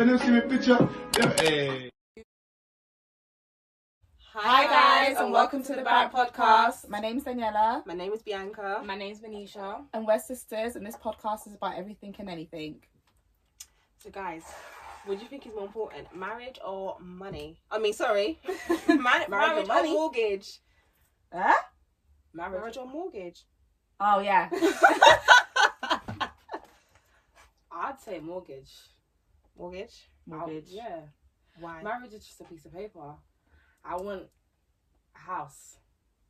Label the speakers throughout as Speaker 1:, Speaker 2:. Speaker 1: Let them see me picture. Them, hey.
Speaker 2: Hi guys and welcome to the Barrack Podcast.
Speaker 3: My name's Daniela,
Speaker 2: My name is Bianca.
Speaker 4: My name's Venetia.
Speaker 3: and we're sisters, and this podcast is about everything and anything.
Speaker 2: So guys, what do you think is more important, marriage or money? I mean, sorry, Mar- marriage or
Speaker 4: money?
Speaker 2: mortgage?
Speaker 3: Huh?
Speaker 2: Marriage or mortgage?
Speaker 3: Oh yeah.
Speaker 4: I'd say mortgage.
Speaker 2: Mortgage?
Speaker 3: Mortgage.
Speaker 4: I- yeah.
Speaker 2: Why?
Speaker 4: Marriage is just a piece of paper. I want a house.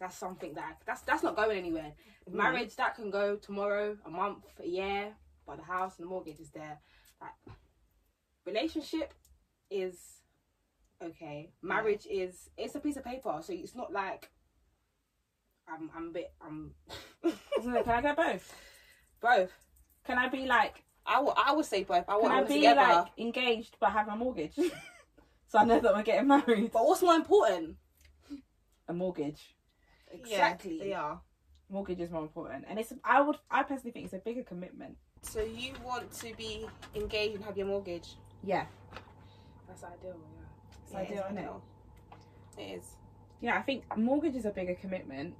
Speaker 4: That's something that that's that's not going anywhere.
Speaker 5: Mm.
Speaker 4: Marriage that can go tomorrow, a month, a year, but the house and the mortgage is there. That relationship is okay. Marriage is it's a piece of paper, so it's not like I'm I'm a bit I'm
Speaker 5: Isn't it? Can I get both?
Speaker 2: both.
Speaker 5: Can I be like,
Speaker 2: I would I would say both. I
Speaker 5: can
Speaker 2: want
Speaker 5: I
Speaker 2: them
Speaker 5: be
Speaker 2: together.
Speaker 5: like engaged but have a mortgage? so I know that we're getting married.
Speaker 4: but what's more important?
Speaker 5: A mortgage.
Speaker 2: exactly.
Speaker 4: Exactly.
Speaker 2: they are.
Speaker 5: Mortgage is more important, and it's. I would. I personally think it's a bigger commitment.
Speaker 2: So you want to be engaged and have your mortgage?
Speaker 5: Yeah.
Speaker 4: That's ideal, yeah.
Speaker 5: It's ideal,
Speaker 2: is
Speaker 5: isn't it?
Speaker 2: ideal. It is.
Speaker 5: Yeah, I think mortgage is a bigger commitment.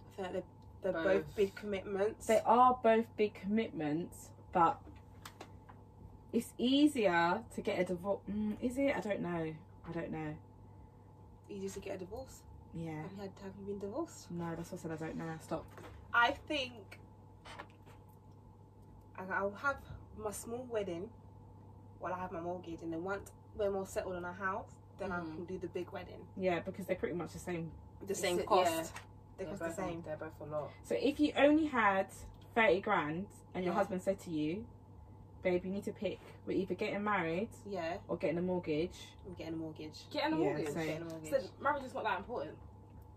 Speaker 2: I feel like they're, they're both.
Speaker 4: Both.
Speaker 2: big commitments.
Speaker 5: They are both big commitments, but it's easier to get a divorce. Mm, is it? I don't know. I don't know.
Speaker 2: Easy to get a divorce.
Speaker 5: Yeah.
Speaker 2: Have you had? Have you been divorced?
Speaker 5: No, that's what I said. I don't know. Stop.
Speaker 2: I think and I'll have my small wedding while I have my mortgage, and then once we're more settled on our house, then I
Speaker 4: Mhm.
Speaker 2: can do the big wedding.
Speaker 5: Yeah, because they're pretty much the same
Speaker 2: The same
Speaker 4: It's-
Speaker 2: cost.
Speaker 4: yeah.
Speaker 2: They cost
Speaker 4: They're
Speaker 2: the
Speaker 4: both-
Speaker 2: same.
Speaker 4: They're both a lot.
Speaker 5: So if you only had thirty grand and your
Speaker 2: Yeah.
Speaker 5: husband said to you, "Babe, you need to pick. We're either getting married
Speaker 2: Yeah,
Speaker 5: or getting a mortgage."
Speaker 2: I'm getting a mortgage.
Speaker 4: Getting a
Speaker 5: Yeah,
Speaker 4: mortgage.
Speaker 5: same.
Speaker 2: Getting a mortgage.
Speaker 4: So marriage is not that important.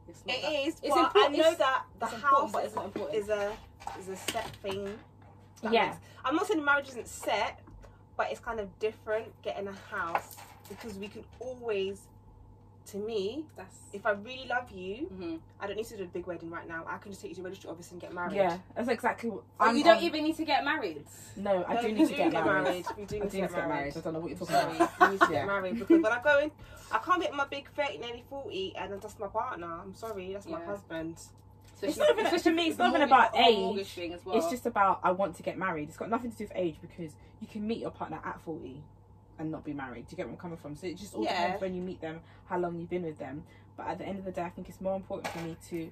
Speaker 4: It's not that-
Speaker 2: it is.
Speaker 4: It's
Speaker 2: but
Speaker 4: important,
Speaker 2: I know
Speaker 4: it's-
Speaker 2: that the
Speaker 4: it's important,
Speaker 2: house
Speaker 4: but it's not important.
Speaker 2: is a is a set thing. That
Speaker 5: Yeah.
Speaker 2: makes- I'm not saying marriage isn't set, but it's kind of different getting a house because we can always, to me,
Speaker 4: That's.
Speaker 2: if I really love you,
Speaker 4: hmm
Speaker 2: I don't need to do a big wedding right now. I can just take you to the registry office and get married.
Speaker 5: Yeah, that's exactly what.
Speaker 4: Oh,
Speaker 5: I'm
Speaker 4: you don't
Speaker 5: on-
Speaker 4: even need to get married.
Speaker 5: No, I
Speaker 2: No,
Speaker 5: do
Speaker 2: we
Speaker 5: need to get married.
Speaker 2: We do
Speaker 5: I do need to get married. I don't know what you're talking
Speaker 2: Sorry,
Speaker 5: about.
Speaker 2: we need to
Speaker 5: Yeah.
Speaker 2: get married because when I go in, I can't get my big 30, nearly 40, and that's my partner. I'm sorry, that's my
Speaker 4: Yeah.
Speaker 2: husband.
Speaker 4: So
Speaker 5: It's
Speaker 4: she-
Speaker 5: not even-
Speaker 4: especially
Speaker 5: to me, it's
Speaker 4: the
Speaker 5: not even
Speaker 4: mortgage-
Speaker 5: about
Speaker 4: the whole
Speaker 5: age.
Speaker 4: mortgage thing as well.
Speaker 5: It's just about I want to get married. It's got nothing to do with age because you can meet your partner at forty and not be married. Do you get where I'm coming from? So it just all
Speaker 2: Yeah.
Speaker 5: depends when you meet them, how long you've been with them. But at the end of the day, I think it's more important for me to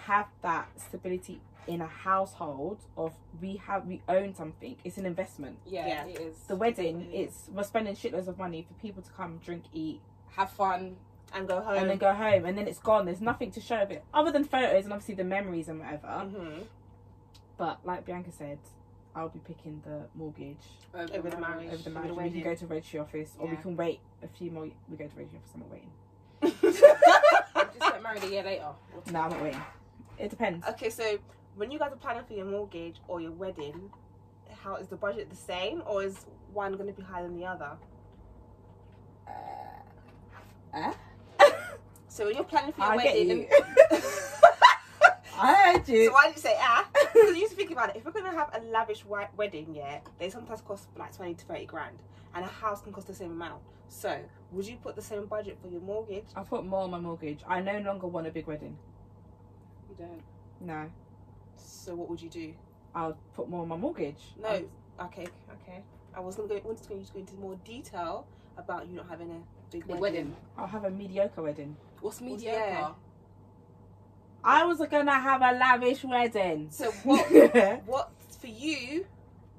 Speaker 5: have that stability in a household of we have we own something. It's an investment.
Speaker 4: yeah,
Speaker 2: Yeah.
Speaker 4: it is.
Speaker 5: The wedding,
Speaker 4: It is.
Speaker 5: it's we're spending shitloads of money for people to come, drink, eat,
Speaker 4: have fun.
Speaker 2: And go home.
Speaker 5: and then go home, and then it's gone. There's nothing to show of it other than photos and obviously the memories and whatever.
Speaker 2: Mhm.
Speaker 5: But like Bianca said, I'll be picking the mortgage.
Speaker 4: Over,
Speaker 2: Over the marriage.
Speaker 5: over the
Speaker 2: Over the
Speaker 5: marriage. we can
Speaker 2: wedding.
Speaker 5: go to registry office, or we
Speaker 2: Yeah.
Speaker 5: can wait a few more. We go to registry office. I'm not waiting.
Speaker 4: I'll just get married a year later.
Speaker 5: No, I'm not waiting. It depends.
Speaker 2: okay, so when you guys are planning for your mortgage or your wedding, how is the budget the same or is one going to be higher than the other?
Speaker 5: eh?
Speaker 2: So when you're planning for your
Speaker 5: I get
Speaker 2: wedding,
Speaker 5: you.
Speaker 2: and-
Speaker 5: I heard
Speaker 2: So
Speaker 5: you.
Speaker 2: why did you say ah? Because you used to think about it. If we're gonna have a lavish wi- wedding, yeah, they sometimes cost like twenty to thirty grand, and a house can cost the same amount. So would you put the same budget for your mortgage?
Speaker 5: I put more on my mortgage. I no longer want a big wedding.
Speaker 4: You don't.
Speaker 5: No,
Speaker 2: So what would you do?
Speaker 5: I'll put more on my mortgage.
Speaker 2: No.
Speaker 5: Um,
Speaker 2: okay. Okay. I was gonna go. I was going to go into more detail about you not having a big
Speaker 4: Big
Speaker 2: wedding.
Speaker 4: wedding.
Speaker 5: I'll have a mediocre wedding.
Speaker 4: What's mediocre?
Speaker 2: yeah.
Speaker 5: I was gonna have a lavish wedding.
Speaker 2: So what? what for you?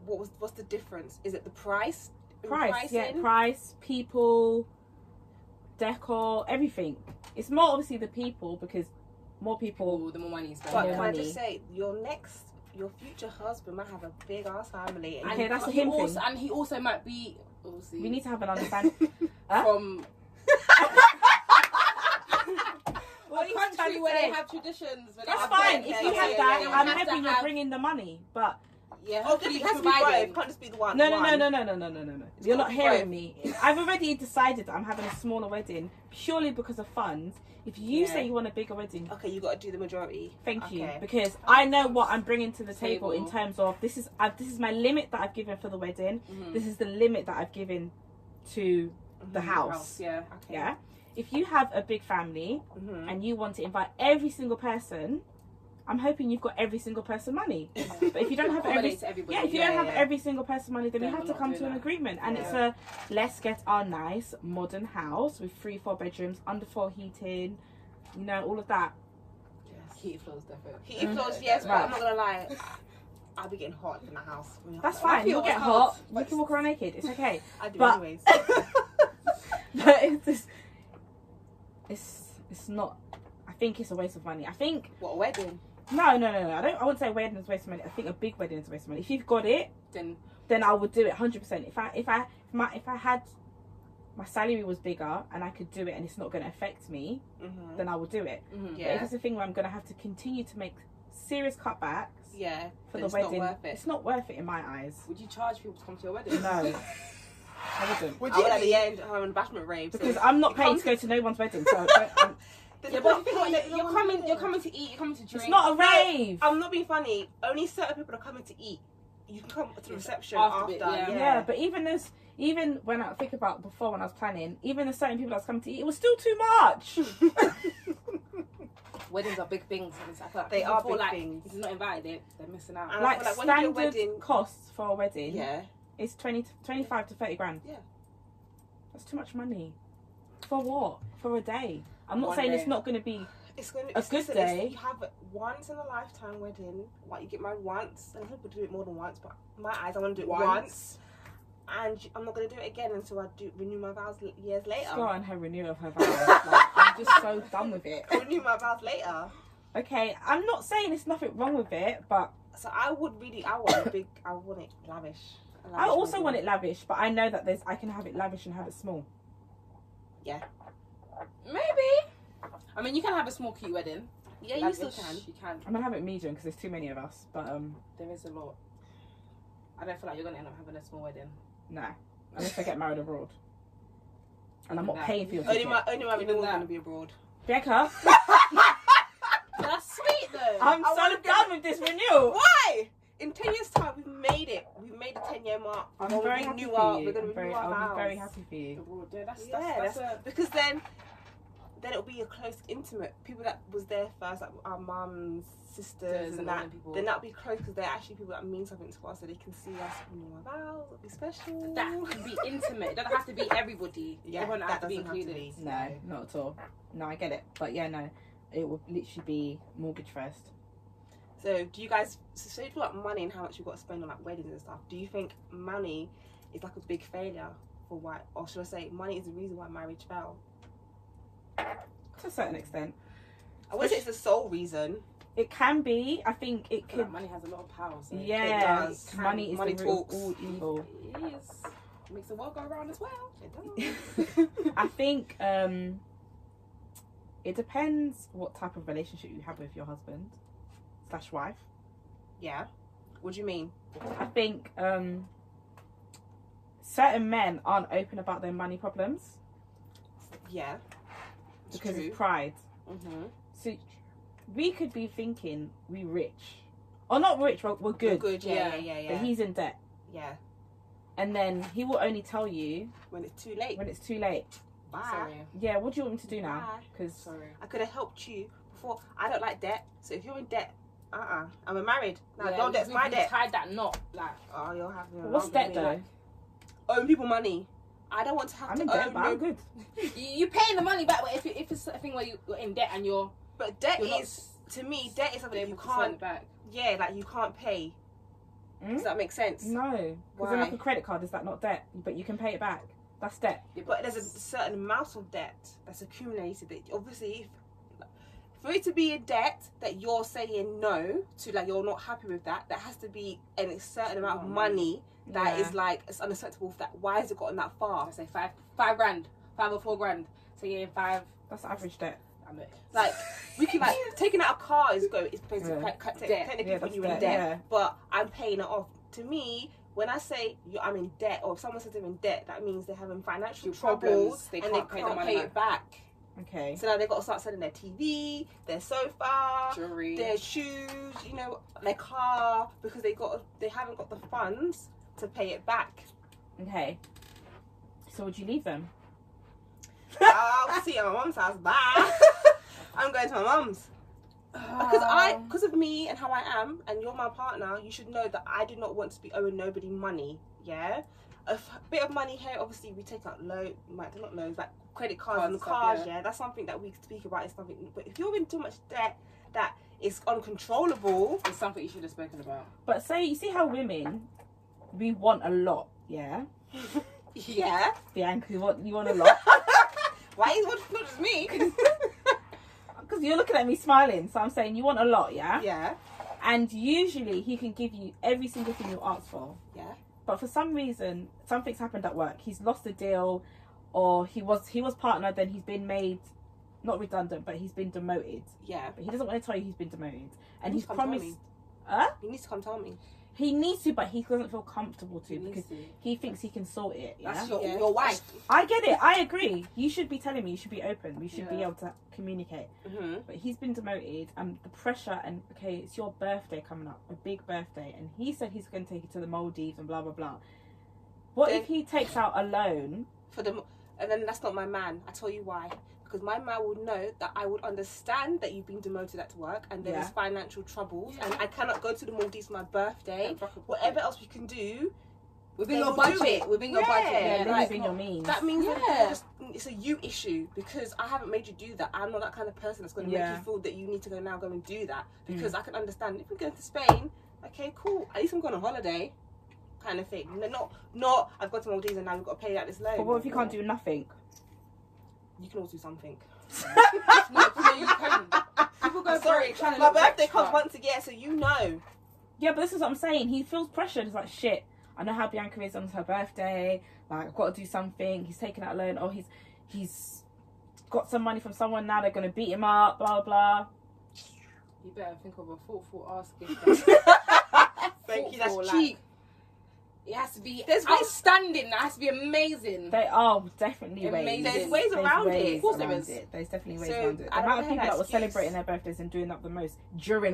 Speaker 2: What was what's the difference? Is it the price? In
Speaker 5: price, yeah,
Speaker 2: pricing?
Speaker 5: price, people, decor, everything. It's more obviously the people because more people.
Speaker 4: Well, Oh, the more money you spend.
Speaker 2: But
Speaker 5: Yeah.
Speaker 2: can I just
Speaker 5: Money.
Speaker 2: say, your next, your future husband might have a big ass family. and
Speaker 4: And
Speaker 5: Okay, that's a
Speaker 4: he
Speaker 5: him
Speaker 4: also,
Speaker 5: thing.
Speaker 4: And he also might be. Obviously,
Speaker 5: We need to have an understanding. Huh?
Speaker 4: from
Speaker 5: What
Speaker 4: a
Speaker 5: he's trying
Speaker 4: country
Speaker 5: to
Speaker 4: where
Speaker 5: say.
Speaker 4: they have traditions. where they
Speaker 5: That's
Speaker 4: have
Speaker 5: fine.
Speaker 4: weddings,
Speaker 5: If you
Speaker 4: yeah,
Speaker 5: have
Speaker 4: yeah,
Speaker 5: that,
Speaker 4: yeah,
Speaker 5: I'm
Speaker 4: you have
Speaker 5: happy
Speaker 4: to
Speaker 5: you're
Speaker 4: have-
Speaker 5: bringing the money. But
Speaker 4: Yeah,
Speaker 2: Oh, definitely it
Speaker 4: hopefully
Speaker 2: has to be
Speaker 4: providing.
Speaker 2: both. Can't just be the one.
Speaker 5: No, no, no,
Speaker 2: one.
Speaker 5: no, no, no, no, no, no, no. You're not
Speaker 2: Right.
Speaker 5: hearing me. I've already decided that I'm having a smaller wedding purely because of funds. If you
Speaker 2: Yeah.
Speaker 5: say you want a bigger wedding,
Speaker 2: Okay, you got to do the majority.
Speaker 5: thank you
Speaker 2: Okay.
Speaker 5: because I know what I'm bringing to the table,
Speaker 4: Table.
Speaker 5: in terms of this is i this is my limit that I've given for the wedding.
Speaker 4: Mhm.
Speaker 5: This is the limit that I've given to the
Speaker 2: Mhm,
Speaker 5: Mm-hmm. house.
Speaker 4: yeah.
Speaker 2: Okay.
Speaker 5: Yeah. If you have a big family
Speaker 2: Mhm.
Speaker 5: and you want to invite every single person, I'm hoping you've got every single person money. But if you don't have every
Speaker 4: Accommodate to everybody.
Speaker 5: yeah, if you don't have every single person money, then
Speaker 4: Then
Speaker 5: we have to
Speaker 4: we're not
Speaker 5: come
Speaker 4: doing
Speaker 5: to an
Speaker 4: that.
Speaker 5: agreement. And
Speaker 4: Yeah.
Speaker 5: it's a let's get our nice modern house with three, four bedrooms, under four heating, you know, all of that.
Speaker 4: heat flows different.
Speaker 2: Heat flows,
Speaker 5: uh, Mm-hmm.
Speaker 2: yes, but I'm not gonna lie. I'll be getting hot in the house. I mean,
Speaker 5: That's
Speaker 2: I-
Speaker 5: fine.
Speaker 4: feel
Speaker 5: You'll get
Speaker 4: hot.
Speaker 5: hot. You can walk around naked. It's okay.
Speaker 2: I do
Speaker 5: But-
Speaker 2: anyways.
Speaker 5: but it's just, it's it's not. I think it's a waste of money. I think
Speaker 2: what a wedding?
Speaker 5: no, no, no, no. I don't. I wouldn't say a wedding is a waste of money. I think a big wedding is a waste of money. If you've got it,
Speaker 4: Then
Speaker 5: then I would do it hundred percent. If I if I if my if I had my salary was bigger and I could do it and it's not going to affect me,
Speaker 2: hmm
Speaker 5: then I would do it.
Speaker 4: mhm.
Speaker 5: But if
Speaker 2: Yeah,
Speaker 5: it's a thing where I'm going to have to continue to make serious cutbacks
Speaker 2: yeah.
Speaker 5: for
Speaker 2: then
Speaker 5: the
Speaker 2: it's not
Speaker 5: wedding,
Speaker 2: worth it.
Speaker 5: it's not worth it in my eyes.
Speaker 4: would you charge people to come to your wedding?
Speaker 5: No, I wouldn't.
Speaker 1: Would
Speaker 2: I
Speaker 1: you
Speaker 2: would at the
Speaker 1: be-
Speaker 2: end have an bashment rave. so-
Speaker 5: Because I'm not
Speaker 2: It
Speaker 5: paid
Speaker 2: comes-
Speaker 5: to go to no one's wedding, so um, don't, I'm-
Speaker 2: There's
Speaker 4: Yeah,
Speaker 2: no
Speaker 4: but
Speaker 2: point
Speaker 4: you're,
Speaker 2: that
Speaker 4: you're
Speaker 2: no
Speaker 4: coming.
Speaker 2: one-
Speaker 4: You're coming to eat. You're coming to drink.
Speaker 5: it's not a rave.
Speaker 2: I'm not being funny. Only certain people are coming to eat. You can come to the reception
Speaker 4: After
Speaker 2: after.
Speaker 4: bit,
Speaker 2: yeah.
Speaker 4: yeah.
Speaker 5: yeah. but even as even when I think about before when I was planning, even the certain people that was coming to eat, it was still too much.
Speaker 4: Weddings are big things. and it's- I feel like
Speaker 2: They
Speaker 4: people
Speaker 2: are
Speaker 4: feel
Speaker 2: big
Speaker 4: like
Speaker 2: things.
Speaker 4: If you're not invited, they're, they're missing out.
Speaker 2: And I
Speaker 5: like
Speaker 2: feel like when you do a
Speaker 5: standard
Speaker 2: wedding-
Speaker 5: costs for a wedding,
Speaker 2: yeah.
Speaker 5: it's 20 to, 25 to 30 grand.
Speaker 2: Yeah.
Speaker 5: That's too much money. For what? For a day. I'm not
Speaker 4: One
Speaker 5: saying
Speaker 4: day.
Speaker 5: it's not going to be
Speaker 2: It's going to
Speaker 5: A good day.
Speaker 2: You have a once in a lifetime wedding. Like you get married once, and some people do it more than once. But my eyes, I want to do it once, and I'm not going to do it again until I do renew my vows l- years later.
Speaker 5: Scar and her renewal of her vows. like, I'm just so done with it.
Speaker 2: renew my vows later.
Speaker 5: Okay, I'm not saying there's nothing wrong with it, but
Speaker 2: So I would really, I want a big, I want it lavish. A
Speaker 5: I
Speaker 2: lavish
Speaker 5: also
Speaker 2: wedding.
Speaker 5: want it lavish. But I know that there's I can have it lavish and have it small.
Speaker 4: Maybe. I mean, you can have a small cute wedding.
Speaker 2: Yeah, you
Speaker 4: Like,
Speaker 2: still
Speaker 4: if
Speaker 2: can.
Speaker 4: You can.
Speaker 5: I'm gonna have it medium because there's too many of us. But um,
Speaker 4: There is a lot. I don't feel like you're gonna end up having a small wedding.
Speaker 5: nah. unless I get married abroad. And I'm not
Speaker 4: Nah.
Speaker 5: paying for your
Speaker 2: Only
Speaker 5: ticket.
Speaker 2: my, only my
Speaker 4: Even
Speaker 2: renewal
Speaker 4: that.
Speaker 2: going to be abroad.
Speaker 5: Becca,
Speaker 4: That's sweet though.
Speaker 5: I'm
Speaker 2: I wanna
Speaker 5: so done with this renewal.
Speaker 2: Why? In ten years' time, we've made it. We've made the ten-year mark.
Speaker 5: I'm
Speaker 2: We'll
Speaker 5: very
Speaker 2: renew
Speaker 5: happy
Speaker 2: our-
Speaker 5: for you.
Speaker 2: We're going to
Speaker 5: I'm very,
Speaker 2: renew our
Speaker 5: I'll
Speaker 2: vows.
Speaker 5: be very happy for you.
Speaker 4: Yeah, that's,
Speaker 2: Yeah,
Speaker 4: that's, that's, a,
Speaker 2: because then then it'll be a close intimate people that was there first like our mums sisters
Speaker 4: there's
Speaker 2: and
Speaker 4: a lot
Speaker 2: that
Speaker 4: of people.
Speaker 2: then that'll be close because they're actually people that mean something to us so they can see us when we're about it'll be special
Speaker 4: that can be intimate. It doesn't have to be everybody.
Speaker 2: yeah
Speaker 4: Everyone
Speaker 2: that
Speaker 4: has to be
Speaker 2: doesn't have to
Speaker 4: included.
Speaker 2: be
Speaker 5: No, not at all. No, I get it. But yeah, no, it would literally be mortgage first.
Speaker 2: so do you guys so say you like money and how much you've got to spend on like weddings and stuff do you think money is like a big failure for why or should I say money is the reason why marriage fell
Speaker 5: To a certain extent,
Speaker 2: I wouldn't say it's the sole reason
Speaker 5: it can be. I think it
Speaker 4: I feel
Speaker 5: could.
Speaker 4: like money has a lot of power. So
Speaker 5: Yeah,
Speaker 2: does.
Speaker 4: Can-
Speaker 5: money is
Speaker 2: Money
Speaker 5: the root
Speaker 2: talks.
Speaker 5: of all evil.
Speaker 4: It is. Makes the world go round as well.
Speaker 2: It does.
Speaker 5: I think um, it depends what type of relationship you have with your husband slash wife.
Speaker 2: yeah what do you mean
Speaker 5: I think um, certain men aren't open about their money problems
Speaker 2: yeah it's
Speaker 5: because
Speaker 2: true
Speaker 5: of pride.
Speaker 2: mm-hmm.
Speaker 5: So we could be thinking we rich, or not rich, but we're good,
Speaker 2: good yeah yeah yeah yeah,
Speaker 5: but he's in debt,
Speaker 2: Yeah.
Speaker 5: and then he will only tell you
Speaker 2: when it's too late
Speaker 5: when it's too late.
Speaker 2: bye
Speaker 4: Sorry.
Speaker 5: Yeah, what do you want me to do now?
Speaker 2: Bye.
Speaker 5: Because
Speaker 4: Sorry.
Speaker 2: I could have helped you before. I don't like debt. So if you're in debt, uh uh-uh. uh. i am married. Now,
Speaker 4: Yeah,
Speaker 2: don't debt's
Speaker 4: we-
Speaker 2: my
Speaker 4: we
Speaker 2: debt.
Speaker 4: Tied that knot. Like
Speaker 2: Oh, you'll have your
Speaker 5: what's
Speaker 2: own
Speaker 5: debt
Speaker 2: money.
Speaker 5: though?
Speaker 2: Own people money. I don't want to have
Speaker 5: I'm
Speaker 2: to
Speaker 5: in
Speaker 2: own
Speaker 5: debt, but I'm
Speaker 2: no,
Speaker 5: good.
Speaker 4: you, you paying the money back, but if, it- if it's a thing where you- you're in debt and you're
Speaker 2: But debt
Speaker 4: You're not
Speaker 2: is, to me, debt is something that you
Speaker 4: able to send
Speaker 2: can't,
Speaker 4: it back,
Speaker 2: yeah, like you can't pay.
Speaker 5: Hmm?
Speaker 2: Does that make sense?
Speaker 5: No, because
Speaker 2: Why?
Speaker 5: then like a credit card is that not debt? But you can pay it back. That's debt.
Speaker 2: But there's a certain amount of debt that's accumulated that obviously, if, for it to be a debt that you're saying no to, like you're not happy with that, that has to be an, a certain amount of money that is
Speaker 5: Yeah.
Speaker 2: like it's unacceptable. For that why has it gotten that far?
Speaker 4: I say five, five grand, five or four grand. So you're in five
Speaker 5: that's average debt.
Speaker 4: I know.
Speaker 2: Like we can like taking out a car is go is basically
Speaker 5: Yeah.
Speaker 2: quite- quite te-
Speaker 4: Debt.
Speaker 2: technically putting
Speaker 5: Yeah, that's
Speaker 2: you in
Speaker 5: debt,
Speaker 2: debt,
Speaker 5: yeah.
Speaker 2: but I'm paying it off. To me, when I say you, I'm in debt, or if someone says they're in debt, that means they're having financial
Speaker 4: Your
Speaker 2: troubles
Speaker 4: problems, they
Speaker 2: and
Speaker 4: can't
Speaker 2: they
Speaker 4: pay
Speaker 2: can't
Speaker 4: their
Speaker 2: pay
Speaker 4: money
Speaker 2: it back.
Speaker 5: Okay.
Speaker 2: So now they've got to start selling their TV, their sofa,
Speaker 4: Jewelry.
Speaker 2: their shoes, you know, their car because they got they haven't got the funds to pay it back.
Speaker 5: Okay. So would you leave them?
Speaker 2: I'll see you at my mum's house. Bye. I'm going to my mum's because I
Speaker 5: Oh.
Speaker 2: because of me and how I am, and you're my partner. You should know that I do not want to be owing nobody money. Yeah. A f- bit of money here, obviously, we take out loan, like, not loans, like credit cards
Speaker 4: Card
Speaker 2: and
Speaker 4: stuff,
Speaker 2: cars,
Speaker 4: yeah.
Speaker 2: yeah. That's something that we speak about. It's something, but if you're in too much debt that is uncontrollable,
Speaker 4: It's something you should have spoken about.
Speaker 5: But say you see how women we want a lot, yeah?
Speaker 2: Yeah.
Speaker 5: Bianca, you want you want a lot.
Speaker 2: Why is what not just me?
Speaker 5: Because you're looking at me smiling, so I'm saying you want a lot, yeah?
Speaker 2: yeah.
Speaker 5: And usually he can give you every single thing you ask for.
Speaker 2: Yeah.
Speaker 5: But for some reason, something's happened at work. He's lost a deal, or he was he was partner, then he's been made not redundant, but he's been demoted.
Speaker 2: Yeah.
Speaker 5: But he doesn't want to tell you he's been demoted, and
Speaker 2: Please
Speaker 5: he's
Speaker 2: come tell
Speaker 5: promised.
Speaker 2: me.
Speaker 5: Huh?
Speaker 2: You need to come tell me.
Speaker 5: He needs to, but he doesn't feel comfortable to
Speaker 4: He needs
Speaker 5: because
Speaker 4: to.
Speaker 5: he thinks he can sort it. Yeah?
Speaker 4: That's your,
Speaker 2: Yeah.
Speaker 4: your wife.
Speaker 5: I get it. I agree. You should be telling me. You should be open. We should be
Speaker 4: Yeah.
Speaker 5: able to communicate.
Speaker 2: Mm-hmm.
Speaker 5: But he's been demoted, and the pressure. And okay, it's your birthday coming up, a big birthday, and he said he's going to take you to the Maldives and blah blah blah. What if he takes out a loan?
Speaker 2: For the, and then that's not my man. I tell you why. Because my man would know that I would understand that you've been demoted at work and there is
Speaker 5: Yeah.
Speaker 2: financial troubles
Speaker 4: Yeah.
Speaker 2: and I cannot go to the Maldives for my birthday.
Speaker 4: And fuck up.
Speaker 2: Whatever else we can do,
Speaker 4: Within
Speaker 2: They
Speaker 4: your
Speaker 2: will do
Speaker 4: budget.
Speaker 2: it.
Speaker 4: Within your
Speaker 2: Yeah.
Speaker 4: budget.
Speaker 2: Yeah,
Speaker 4: Yeah,
Speaker 5: Living
Speaker 4: like,
Speaker 5: within your means.
Speaker 2: that means that
Speaker 4: Yeah.
Speaker 2: just, it's a you issue because I haven't made you do that. I'm not that kind of person that's going to make
Speaker 5: Yeah. Mm.
Speaker 2: you feel that you need to go now go and do that because I can understand if we go to Spain, okay, cool. At least I'm going on holiday, kind of thing. No, not not I've got to Maldives and now we've got to pay out this loan.
Speaker 5: But what if you can't do nothing?
Speaker 2: You can always do something.
Speaker 4: no, no, you can. People go
Speaker 2: I'm sorry,
Speaker 4: broke trying to
Speaker 2: my
Speaker 4: look
Speaker 2: birthday
Speaker 4: extra.
Speaker 2: comes once a year, so you know.
Speaker 5: Yeah, but this is what I'm saying. He feels pressured. He's like, shit. I know how Bianca is on her birthday. Like, I've got to do something. He's taking out a loan. Oh, he's he's got some money from someone now. They're gonna beat him up. Blah blah.
Speaker 4: You better think of a thoughtful ass gift.
Speaker 2: Thank you. That's
Speaker 4: Thoughtful,
Speaker 2: cheap.
Speaker 4: It has to be
Speaker 2: There's ways-
Speaker 4: outstanding. It has to be amazing.
Speaker 5: They are definitely ways.
Speaker 4: Amazing.
Speaker 2: There's ways around it.
Speaker 5: Of course there is.
Speaker 4: So,
Speaker 5: There's definitely ways
Speaker 2: I
Speaker 5: around it. The
Speaker 2: don't
Speaker 5: amount of
Speaker 2: know
Speaker 5: people
Speaker 2: that
Speaker 5: that were
Speaker 2: excuse.
Speaker 5: celebrating their birthdays and doing up the most during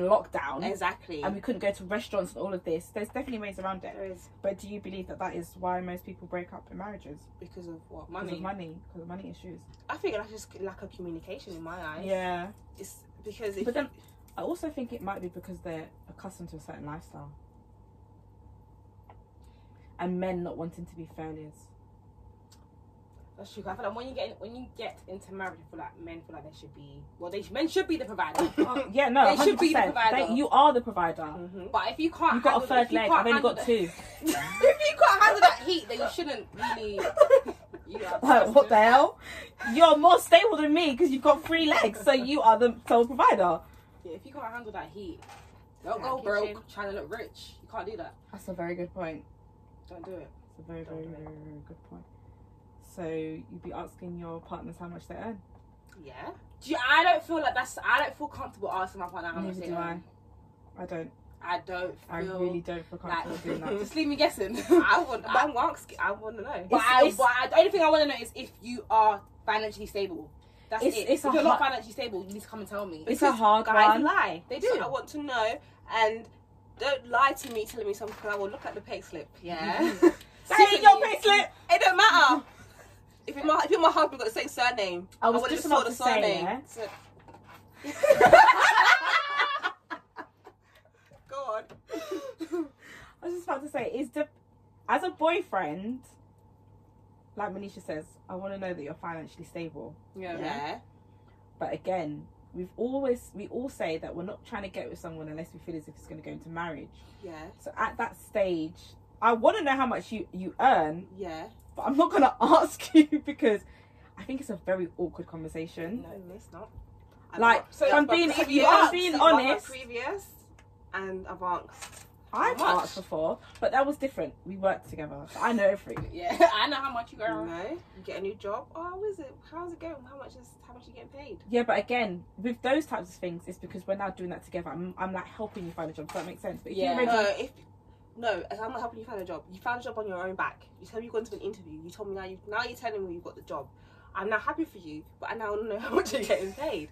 Speaker 5: lockdown,
Speaker 2: Exactly.
Speaker 5: and we couldn't go to restaurants and all of this. There's definitely ways around it.
Speaker 2: there is
Speaker 5: But do you believe that that is why most people break up in marriages?
Speaker 2: because of what
Speaker 5: Because
Speaker 2: money.
Speaker 5: of money, because of money issues.
Speaker 2: I think that's just lack of communication in my eyes.
Speaker 5: Yeah.
Speaker 2: It's because if
Speaker 5: But then- I also think it might be because they're accustomed to a certain lifestyle. And men not wanting to be failures.
Speaker 4: That's true. 'cause I feel like when you get in, when you get into marriage, I feel like men feel like they should be well, they men should be the provider.
Speaker 5: Oh, Yeah, no,
Speaker 4: They should be the
Speaker 5: 100%.
Speaker 4: provider.
Speaker 5: They- you are the provider.
Speaker 2: Mhm.
Speaker 4: but if you can't,
Speaker 5: You've got a
Speaker 4: handle-
Speaker 5: third
Speaker 4: if you
Speaker 5: leg.
Speaker 4: can't
Speaker 5: I've only got
Speaker 4: handle
Speaker 5: two.
Speaker 4: that- if you can't handle that heat, then you shouldn't really. You are
Speaker 5: Like, what the hell? You're more stable than me because you've got three legs, so you are the sole provider.
Speaker 4: Yeah, if you can't handle that heat, don't
Speaker 2: Yeah,
Speaker 4: go
Speaker 2: kitchen.
Speaker 4: broke trying to look rich. You can't do that.
Speaker 5: That's a very good point.
Speaker 4: Don't do it.
Speaker 5: It's a very, very, very, very, very good point. So you'd be asking your partners how much they earn.
Speaker 2: yeah,
Speaker 4: Do you, I don't feel like that's. I don't feel comfortable asking my partner how much
Speaker 5: Neither
Speaker 4: they
Speaker 5: do I.
Speaker 4: earn.
Speaker 5: I don't.
Speaker 4: I don't feel
Speaker 5: I really don't feel comfortable
Speaker 4: like
Speaker 5: doing that.
Speaker 4: just leave me guessing.
Speaker 2: I want. I want. I want to know.
Speaker 4: But,
Speaker 5: It's-
Speaker 4: I,
Speaker 5: it's-
Speaker 4: but I, the only thing I want to know is if you are financially stable. That's
Speaker 5: It's-
Speaker 4: it.
Speaker 5: it's
Speaker 4: if
Speaker 5: a
Speaker 4: you're not
Speaker 5: hard-
Speaker 4: financially stable, you need to come and tell me.
Speaker 5: It's a hard
Speaker 2: guys
Speaker 5: one.
Speaker 2: lie.
Speaker 4: They
Speaker 2: So
Speaker 4: do.
Speaker 2: I want to know, and don't lie to me telling me something. 'cause I will look at the pay slip. Yeah,
Speaker 5: Say your payslip.
Speaker 2: it don't matter. If you're my if you're my husband, got the same surname.
Speaker 5: I was
Speaker 2: would've
Speaker 5: just
Speaker 2: saw
Speaker 5: about to say, yeah.
Speaker 2: So- Go on.
Speaker 5: I was just about to say, is the as a boyfriend, like Manisha says, I want to know that you're financially stable.
Speaker 4: yeah.
Speaker 2: Yeah.
Speaker 5: But again, we've always we all say that we're not trying to get with someone unless we feel as if it's going to go into marriage.
Speaker 2: Yeah.
Speaker 5: So at that stage, I want to know how much you you earn,
Speaker 2: Yeah.
Speaker 5: but I'm not going to ask you because I think it's a very awkward conversation.
Speaker 2: No, it's not.
Speaker 5: Like,
Speaker 2: so
Speaker 5: if I'm being- if I'm being honest-
Speaker 2: previous and advanced.
Speaker 5: I've
Speaker 4: How much?
Speaker 5: arched before, but that was different. We worked together. So I know everything.
Speaker 4: Yeah, I know how much you earn.
Speaker 2: No, you get a new job. Oh, is it? How's it going? How much is? How much are you getting paid?
Speaker 5: Yeah, but again, with those types of things, it's because we're now doing that together. I'm, I'm like helping you find a job. Does that make sense? But if
Speaker 4: Yeah.
Speaker 5: you already-
Speaker 2: No, if no, as I'm not helping you find a job. You found a job on your own back. You tell me you got into an interview. You told me now you now you're telling me you got the job. I'm now happy for you, but I now want to know how much you're getting paid.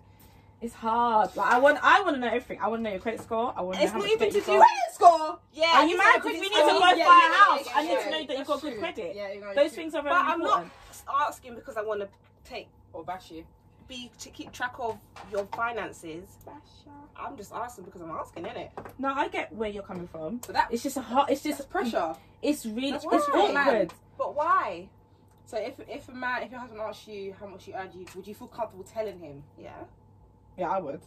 Speaker 5: it's hard. Like I want, I want to know everything. I want to know your credit score. I want to know
Speaker 2: It's
Speaker 5: how
Speaker 2: not
Speaker 5: much
Speaker 2: even
Speaker 5: debt
Speaker 2: to
Speaker 5: you
Speaker 2: do
Speaker 5: got.
Speaker 2: with score. Yeah,
Speaker 5: Are you
Speaker 2: it's
Speaker 5: mad?
Speaker 2: not
Speaker 5: Because we
Speaker 2: good
Speaker 5: need
Speaker 2: score.
Speaker 5: to go buy
Speaker 2: Yeah,
Speaker 5: a
Speaker 2: yeah, yeah,
Speaker 5: house.
Speaker 2: yeah,
Speaker 5: I need
Speaker 2: yeah.
Speaker 5: to know that you've got good credit.
Speaker 4: Yeah, you're
Speaker 5: Those things are
Speaker 2: But
Speaker 5: very
Speaker 2: I'm not
Speaker 5: important.
Speaker 2: asking because I want to take
Speaker 4: Or bash you.
Speaker 2: be to keep track of your finances. I'm just asking because I'm asking, innit?
Speaker 5: No, I get where you're coming from.
Speaker 4: But that
Speaker 5: It's just a hot. It's
Speaker 4: it's
Speaker 5: just
Speaker 4: pressure.
Speaker 5: It's really.
Speaker 2: That's
Speaker 5: it's
Speaker 2: why.
Speaker 5: awkward.
Speaker 2: But why?
Speaker 4: So if if a man, if your husband asks you how much you earned, you would you feel comfortable telling him?
Speaker 2: Yeah.
Speaker 5: Yeah, I would.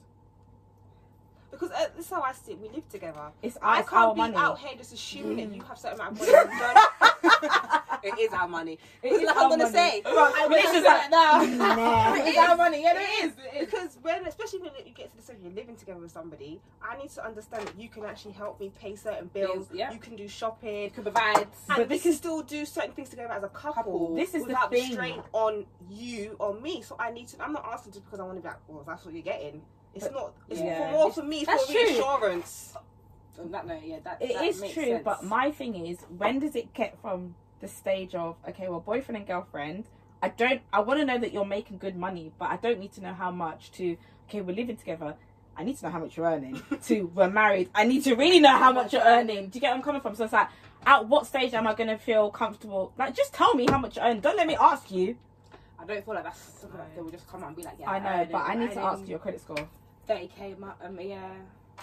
Speaker 2: Because uh, this is how I see it. We live together.
Speaker 5: It's
Speaker 2: I
Speaker 5: our,
Speaker 2: can't
Speaker 5: our
Speaker 2: be
Speaker 5: money. Mm.
Speaker 2: out here just assuming that you have certain amount of money. and you don't. it is our money. It's like I'm
Speaker 5: our
Speaker 2: gonna
Speaker 5: money.
Speaker 2: say.
Speaker 5: Well, I wish it's like-
Speaker 4: now.
Speaker 5: Nah.
Speaker 4: It's our money. Yeah, it is. It is.
Speaker 2: Because when, especially when you get to the stage you're living together with somebody, I need to understand that you can actually help me pay certain bills.
Speaker 4: Bills, yeah.
Speaker 2: You can do shopping.
Speaker 4: It could provide.
Speaker 2: And
Speaker 5: But
Speaker 2: we
Speaker 5: this
Speaker 2: can
Speaker 5: is-
Speaker 2: still do certain things together as a couple.
Speaker 4: Couple.
Speaker 5: This is the
Speaker 2: without
Speaker 5: thing.
Speaker 2: strain on you or me. So I need to. I'm not asking just because I want to be like, well, that's what you're getting. It's
Speaker 5: But-
Speaker 2: not. It's
Speaker 5: Yeah.
Speaker 2: for more
Speaker 4: It's-
Speaker 2: for me. It's
Speaker 4: that's
Speaker 2: for
Speaker 4: true.
Speaker 2: reassurance.
Speaker 4: On that note, yeah, that
Speaker 5: It
Speaker 4: that
Speaker 5: is
Speaker 4: makes
Speaker 5: true,
Speaker 4: sense.
Speaker 5: but my thing is, when does it get from the stage of okay, well, boyfriend and girlfriend? I don't. I want to know that you're making good money, but I don't need to know how much. To okay, we're living together. I need to know how much you're earning. to we're married. I need to really know how much you're earning. Do you get where I'm coming from? So it's like, at what stage am I going to feel comfortable? Like, just tell me how much you earn. Don't let me ask you.
Speaker 4: I don't feel like that's something that they will just come out and be like, yeah.
Speaker 5: I know, but I need to ask
Speaker 4: you.
Speaker 5: you your credit score.
Speaker 4: Thirty k, um, yeah.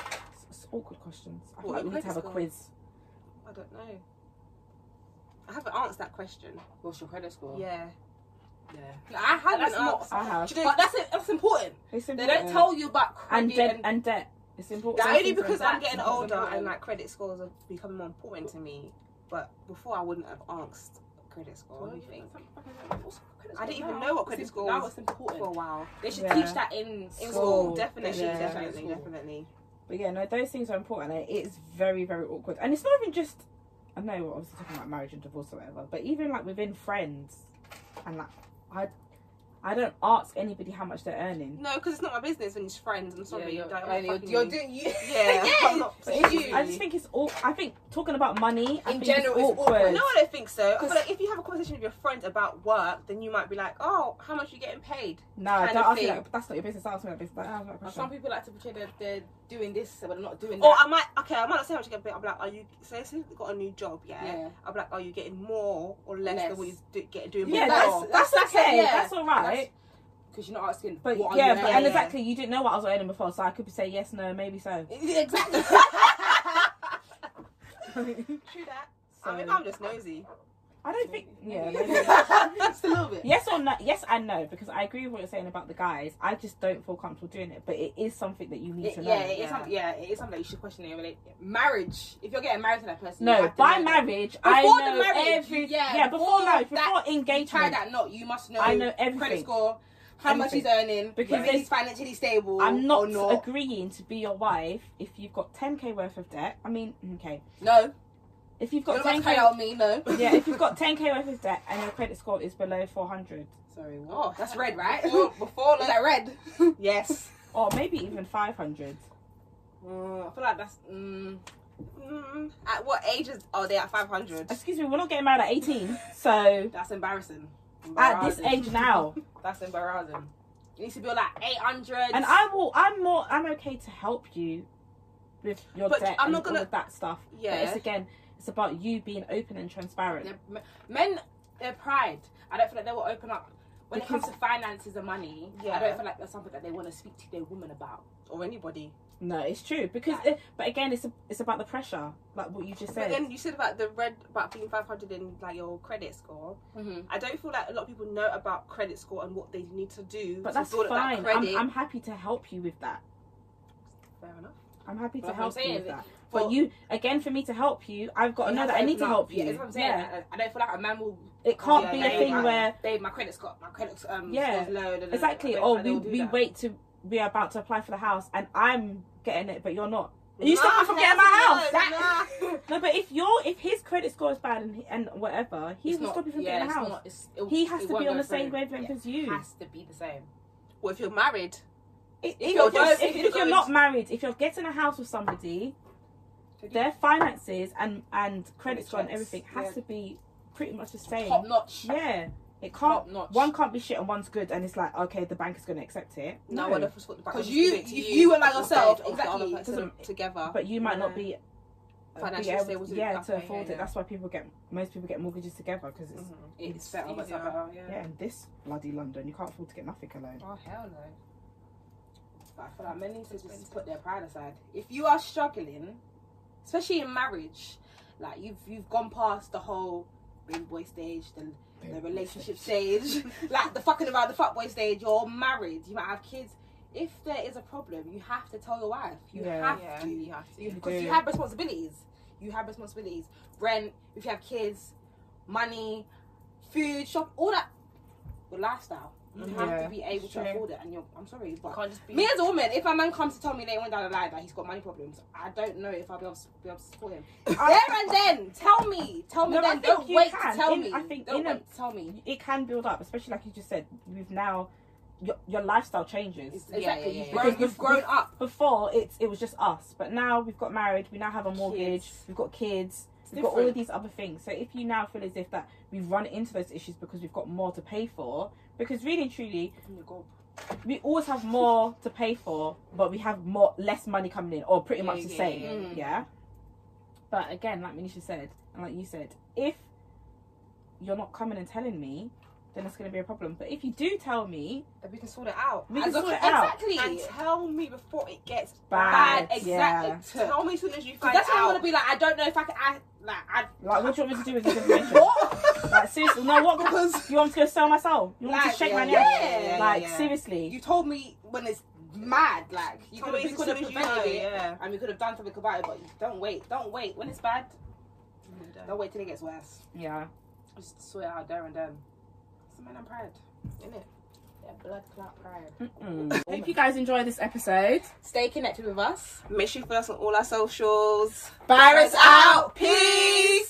Speaker 5: It's, it's awkward questions. I feel
Speaker 2: What,
Speaker 5: like we
Speaker 2: your
Speaker 5: need to
Speaker 2: credit
Speaker 5: have a
Speaker 2: score?
Speaker 5: quiz.
Speaker 2: I don't know. I haven't answered that question.
Speaker 4: What's your credit score?
Speaker 2: Yeah.
Speaker 4: yeah.
Speaker 2: I haven't
Speaker 4: That's not-
Speaker 2: answered.
Speaker 5: I have.
Speaker 2: Do you know-
Speaker 4: But that's it. That's important.
Speaker 5: It's
Speaker 4: They
Speaker 5: important.
Speaker 4: don't tell you about
Speaker 5: and
Speaker 4: credit
Speaker 5: debt and, debt. It's important.
Speaker 2: That's
Speaker 4: Those
Speaker 2: only
Speaker 4: things are
Speaker 2: because I'm
Speaker 4: important.
Speaker 2: getting
Speaker 4: Those are
Speaker 2: older and
Speaker 4: important.
Speaker 2: like credit scores are becoming more important to me. But before I wouldn't have asked credit score or
Speaker 4: Well, you
Speaker 2: anything
Speaker 4: think- What's credit
Speaker 2: I didn't
Speaker 4: score
Speaker 2: even
Speaker 4: now?
Speaker 2: know what credit
Speaker 4: It's-
Speaker 2: score
Speaker 4: Now
Speaker 2: was.
Speaker 4: it's
Speaker 2: for a
Speaker 4: important.
Speaker 2: while.
Speaker 4: They should
Speaker 5: Yeah.
Speaker 4: teach that in
Speaker 2: In
Speaker 5: School,
Speaker 2: school,
Speaker 5: School,
Speaker 2: definitely,
Speaker 5: yeah.
Speaker 2: definitely,
Speaker 4: School.
Speaker 2: definitely.
Speaker 5: But yeah, no, those things are important. and It is very, very awkward, and it's not even just. I know we're obviously talking about marriage and divorce or whatever, but even like within friends, and like I, I don't ask anybody how much they're earning.
Speaker 2: No, because it's not my business when it's friends. I'm sorry.
Speaker 4: Yeah,
Speaker 2: like,
Speaker 4: you're,
Speaker 2: oh,
Speaker 4: and you're,
Speaker 2: fuck
Speaker 4: you're
Speaker 2: you.
Speaker 4: doing you.
Speaker 2: Yeah, I'm not-
Speaker 4: But it's
Speaker 2: you.
Speaker 5: I just think it's all. I think talking about money I
Speaker 4: In
Speaker 5: think
Speaker 4: general, it's awkward.
Speaker 2: No, I don't think so. I feel
Speaker 5: 'Cause-
Speaker 2: like if you have a conversation with your friend about work, then you might be like, "Oh, how much are you getting paid?"
Speaker 5: No,
Speaker 2: kind
Speaker 5: don't
Speaker 2: of
Speaker 5: ask me
Speaker 2: thing.
Speaker 5: that. That's not your business. Don't Ask me that business. Like, oh, I have that
Speaker 4: But
Speaker 5: question.
Speaker 4: Some people like to portray that they're doing this, but they're not doing
Speaker 2: Or
Speaker 4: that.
Speaker 2: I might, okay, I might not say how much you get paid. I'm like, "Are you?" So if you've got a new job, yeah.
Speaker 4: yeah.
Speaker 2: I'm like, "Are you getting more or less,
Speaker 4: Less.
Speaker 2: than what you do, get doing?"
Speaker 5: yeah,
Speaker 4: Yeah,
Speaker 5: that's,
Speaker 2: before?
Speaker 4: that's-
Speaker 5: that's
Speaker 4: that's
Speaker 5: okay.
Speaker 4: okay, yeah.
Speaker 5: That's all right.
Speaker 4: Because you're not asking.
Speaker 5: but
Speaker 4: what
Speaker 5: yeah,
Speaker 4: are you
Speaker 5: but
Speaker 4: earning?
Speaker 5: and
Speaker 2: yeah.
Speaker 5: exactly, you didn't know what I was earning before, so I could say yes, no, maybe so.
Speaker 4: exactly.
Speaker 2: true that.
Speaker 5: So-
Speaker 2: I mean, I'm just nosy.
Speaker 5: I don't think. Yeah. maybe.
Speaker 4: Just a little bit.
Speaker 5: Yes or no? Yes and no, because I agree with what you're saying about the guys. I just don't feel comfortable doing it, but it is something that you need
Speaker 4: It,
Speaker 5: to know.
Speaker 4: yeah, it is
Speaker 2: yeah.
Speaker 4: something. Yeah, it is something that you should question. It relate marriage. If you're getting married to that person, you
Speaker 5: No,
Speaker 4: have to
Speaker 5: by
Speaker 4: know.
Speaker 5: marriage,
Speaker 4: Before
Speaker 5: I
Speaker 4: the
Speaker 5: know
Speaker 4: marriage,
Speaker 5: every
Speaker 4: you- yeah,
Speaker 5: yeah, before,
Speaker 4: before
Speaker 5: marriage,
Speaker 4: that-
Speaker 5: before
Speaker 4: you tie
Speaker 5: engagement.
Speaker 4: that knot. You must know.
Speaker 5: I know
Speaker 4: credit
Speaker 5: everything.
Speaker 4: score, how much he's earning,
Speaker 5: Because
Speaker 4: because
Speaker 5: there's-
Speaker 4: he's financially stable.
Speaker 5: I'm
Speaker 4: Or
Speaker 5: not,
Speaker 4: not.
Speaker 5: agreeing to be your wife if you've got 10k worth of debt. I mean, okay,
Speaker 4: no,
Speaker 5: if you've
Speaker 4: you're
Speaker 5: got
Speaker 4: not about to
Speaker 5: 10k,
Speaker 4: carry out on me. No.
Speaker 5: yeah, if you've got 10k worth of debt and your credit score is below 400
Speaker 4: Sorry. What?
Speaker 2: Oh.
Speaker 4: that's red, right?
Speaker 2: Before-
Speaker 4: before is that red?
Speaker 2: Yes.
Speaker 5: or maybe even 500,
Speaker 4: Mm, I feel like that's. Mm,
Speaker 2: Mm, at what ages are they at 500?
Speaker 5: excuse me, we're not getting married at 18, so
Speaker 4: That's embarrassing.
Speaker 5: at this
Speaker 4: Embarrassing.
Speaker 5: age now.
Speaker 4: that's embarrassing. It needs to be like eight hundred.
Speaker 5: and I will. I'm more. I'm okay to help you with your
Speaker 2: But
Speaker 5: debt
Speaker 2: I'm
Speaker 5: and
Speaker 2: not gonna-
Speaker 5: all of that stuff. But
Speaker 2: Yeah.
Speaker 5: it's again, it's about you being open and transparent.
Speaker 4: men, their pride. I don't feel like they will open up when
Speaker 5: Because-
Speaker 4: it comes to finances and money.
Speaker 2: Yeah.
Speaker 4: I don't feel like that's something that they want to speak to their woman about.
Speaker 2: Or anybody.
Speaker 5: No, it's true because. It, but again, it's it's about the pressure, like what you just
Speaker 2: But
Speaker 5: said.
Speaker 2: then you said about the red, about being 500 in like your credit score.
Speaker 4: Mm-hmm.
Speaker 2: I don't feel like a lot of people know about credit score and what they need to do.
Speaker 5: but
Speaker 2: to
Speaker 5: that's
Speaker 2: build up
Speaker 5: fine.
Speaker 2: That
Speaker 5: I'm,
Speaker 2: credit.
Speaker 5: I'm happy to help you with that.
Speaker 2: Fair enough.
Speaker 5: I'm happy
Speaker 4: But
Speaker 5: to
Speaker 4: I'm
Speaker 5: help you
Speaker 4: saying
Speaker 5: with
Speaker 4: that
Speaker 5: that. But
Speaker 4: for-
Speaker 5: you again for me to help you, I've got to
Speaker 4: You
Speaker 5: know
Speaker 4: have
Speaker 5: that I need to
Speaker 4: open up.
Speaker 5: help you.
Speaker 4: Yeah, that's what I'm saying.
Speaker 5: Yeah.
Speaker 4: I, I don't feel like a man will.
Speaker 5: It can't
Speaker 2: Yeah,
Speaker 5: be
Speaker 2: yeah,
Speaker 5: a thing
Speaker 2: yeah.
Speaker 5: where
Speaker 4: babe, my credit's got my credit's um
Speaker 5: Yeah.
Speaker 4: score's low. da, da, da.
Speaker 5: exactly.
Speaker 4: I don't
Speaker 5: Or
Speaker 4: feel like they
Speaker 5: we
Speaker 4: will do
Speaker 5: we
Speaker 4: that.
Speaker 5: wait to we're about to apply for the house and I'm getting it, but you're not. You still
Speaker 2: Nah,
Speaker 5: can't forget
Speaker 2: nah,
Speaker 5: my house.
Speaker 2: nah,
Speaker 5: That- No, but if your if his credit score is bad and, and whatever, he
Speaker 4: It's
Speaker 5: will
Speaker 4: not-
Speaker 5: stop you from
Speaker 4: yeah,
Speaker 5: getting a
Speaker 4: it's
Speaker 5: house.
Speaker 4: not- it's- it-
Speaker 5: he has
Speaker 4: it
Speaker 5: to
Speaker 4: won't
Speaker 5: be on
Speaker 4: go
Speaker 5: the same
Speaker 4: through.
Speaker 5: wavelength as you.
Speaker 4: It has to be the same.
Speaker 2: Well, if you're married,
Speaker 5: if,
Speaker 2: If
Speaker 5: if
Speaker 2: you're
Speaker 5: you're,
Speaker 2: both-
Speaker 5: if,
Speaker 2: if
Speaker 5: if
Speaker 2: you're
Speaker 5: you're not married, if you're getting a house with somebody, their finances and and credit score and
Speaker 4: checks,
Speaker 5: everything has
Speaker 4: yeah.
Speaker 5: to be pretty much the same.
Speaker 4: Top notch.
Speaker 5: Yeah, it can't.
Speaker 4: Top notch.
Speaker 5: One can't be shit and one's good, and it's like okay, the bank is going to accept it.
Speaker 2: no, one of us got the back.
Speaker 4: Because
Speaker 2: Just
Speaker 4: you-
Speaker 2: give it to
Speaker 4: you- you were by
Speaker 2: Or
Speaker 4: yourself,
Speaker 2: said, or the
Speaker 4: exactly.
Speaker 2: other person
Speaker 5: Doesn't-
Speaker 2: together.
Speaker 5: but you might not
Speaker 4: Yeah.
Speaker 5: be uh,
Speaker 2: Financially
Speaker 5: be
Speaker 2: stable
Speaker 5: able to,
Speaker 2: to-
Speaker 5: yeah,
Speaker 2: okay,
Speaker 5: to afford
Speaker 4: yeah,
Speaker 5: it. That's why people get most people get mortgages together because it's
Speaker 2: Mhm.
Speaker 4: It's better. It's
Speaker 2: easier.
Speaker 4: better. Yeah.
Speaker 5: yeah. In this bloody London, you can't afford to get nothing alone.
Speaker 2: Oh hell no!
Speaker 4: But I feel like men need to just put their pride aside. If you are struggling, especially in marriage, like you've you've gone past the whole baby boy stage, the the relationship stage, like the fucking around the fuckboy stage, you're married, you might have kids. If there is a problem, you have to tell your wife. You
Speaker 5: Yeah.
Speaker 4: have
Speaker 2: Yeah,
Speaker 4: to.
Speaker 2: Ah. you have to.
Speaker 4: You- because
Speaker 5: do.
Speaker 4: you have responsibilities. You have responsibilities. Rent, if you have kids, money, food, shop, all that. Your lifestyle. You have
Speaker 5: Yeah,
Speaker 4: to be able
Speaker 5: it's
Speaker 4: to
Speaker 5: true.
Speaker 4: afford it. And you're, I'm sorry, but
Speaker 2: Can't just be.
Speaker 4: me as a woman, if a man comes to tell me later on down the line that he's got money problems, I don't know if I'll be able to, be able to support him. there and then, tell me, tell me
Speaker 5: No, I
Speaker 4: then.
Speaker 5: think
Speaker 4: Don't
Speaker 5: you
Speaker 4: wait
Speaker 5: can.
Speaker 4: to tell
Speaker 5: In-
Speaker 4: me.
Speaker 5: I think
Speaker 4: don't
Speaker 5: in a-
Speaker 4: wait to tell me.
Speaker 5: It can build up, especially like you just said. We've now your, your lifestyle changes.
Speaker 4: Exactly.
Speaker 2: yeah,
Speaker 4: You've,
Speaker 2: yeah.
Speaker 4: grown,
Speaker 5: Because
Speaker 4: you've
Speaker 5: we've-
Speaker 4: grown up.
Speaker 5: Before it's it was just us, but now we've got married, we now have a mortgage,
Speaker 4: Kids.
Speaker 5: we've got kids,
Speaker 4: It's
Speaker 5: we've got all of
Speaker 4: different.
Speaker 5: these other things. So if you now feel as if that we've run into those issues because we've got more to pay for, because really and truly we always have more to pay for, but we have more less money coming in, or pretty
Speaker 2: Yeah,
Speaker 5: much the
Speaker 2: yeah,
Speaker 5: same.
Speaker 2: yeah,
Speaker 5: Yeah,
Speaker 4: yeah.
Speaker 5: But again, like Manisha said, and like you said, if you're not coming and telling me, then that's going to be a problem. But if you do tell me,
Speaker 2: That we can sort it out.
Speaker 5: we
Speaker 4: And
Speaker 5: can
Speaker 4: look
Speaker 5: sort it
Speaker 4: at-
Speaker 5: out.
Speaker 4: Exactly.
Speaker 2: And tell me before it gets
Speaker 5: Bad,
Speaker 2: bad.
Speaker 5: yeah.
Speaker 2: Exactly. Tell me as soon as you
Speaker 4: Because
Speaker 2: find
Speaker 4: that's how I want
Speaker 2: out.
Speaker 4: to be like. I don't know if I can. I, like, I,
Speaker 5: Like, what do you want me to do with this information? Like, seriously, no, what?
Speaker 4: Because-
Speaker 5: you want me to go sell my soul? You want me
Speaker 4: Like,
Speaker 5: to shake
Speaker 4: yeah,
Speaker 5: my neck?
Speaker 4: yeah, yeah,
Speaker 5: like,
Speaker 2: yeah.
Speaker 5: seriously.
Speaker 4: you told me when it's mad. Like you
Speaker 2: Tell
Speaker 4: could
Speaker 2: me
Speaker 4: have
Speaker 2: as
Speaker 4: you could
Speaker 2: soon
Speaker 4: have
Speaker 2: as you
Speaker 4: prevented
Speaker 2: know.
Speaker 4: it,
Speaker 2: Yeah.
Speaker 4: and we could have done something about it. But you- don't wait. Don't wait. When it's bad, don't wait till it gets worse.
Speaker 5: yeah.
Speaker 4: Just sort it out there and then. It's a man and pride, isn't it? Yeah, blood clot pride.
Speaker 5: Mm-mm.
Speaker 3: Hope you guys enjoy this episode.
Speaker 4: Stay connected with us.
Speaker 2: Make sure you follow us on all our socials.
Speaker 4: Oh,
Speaker 3: Virus
Speaker 2: out. Peace.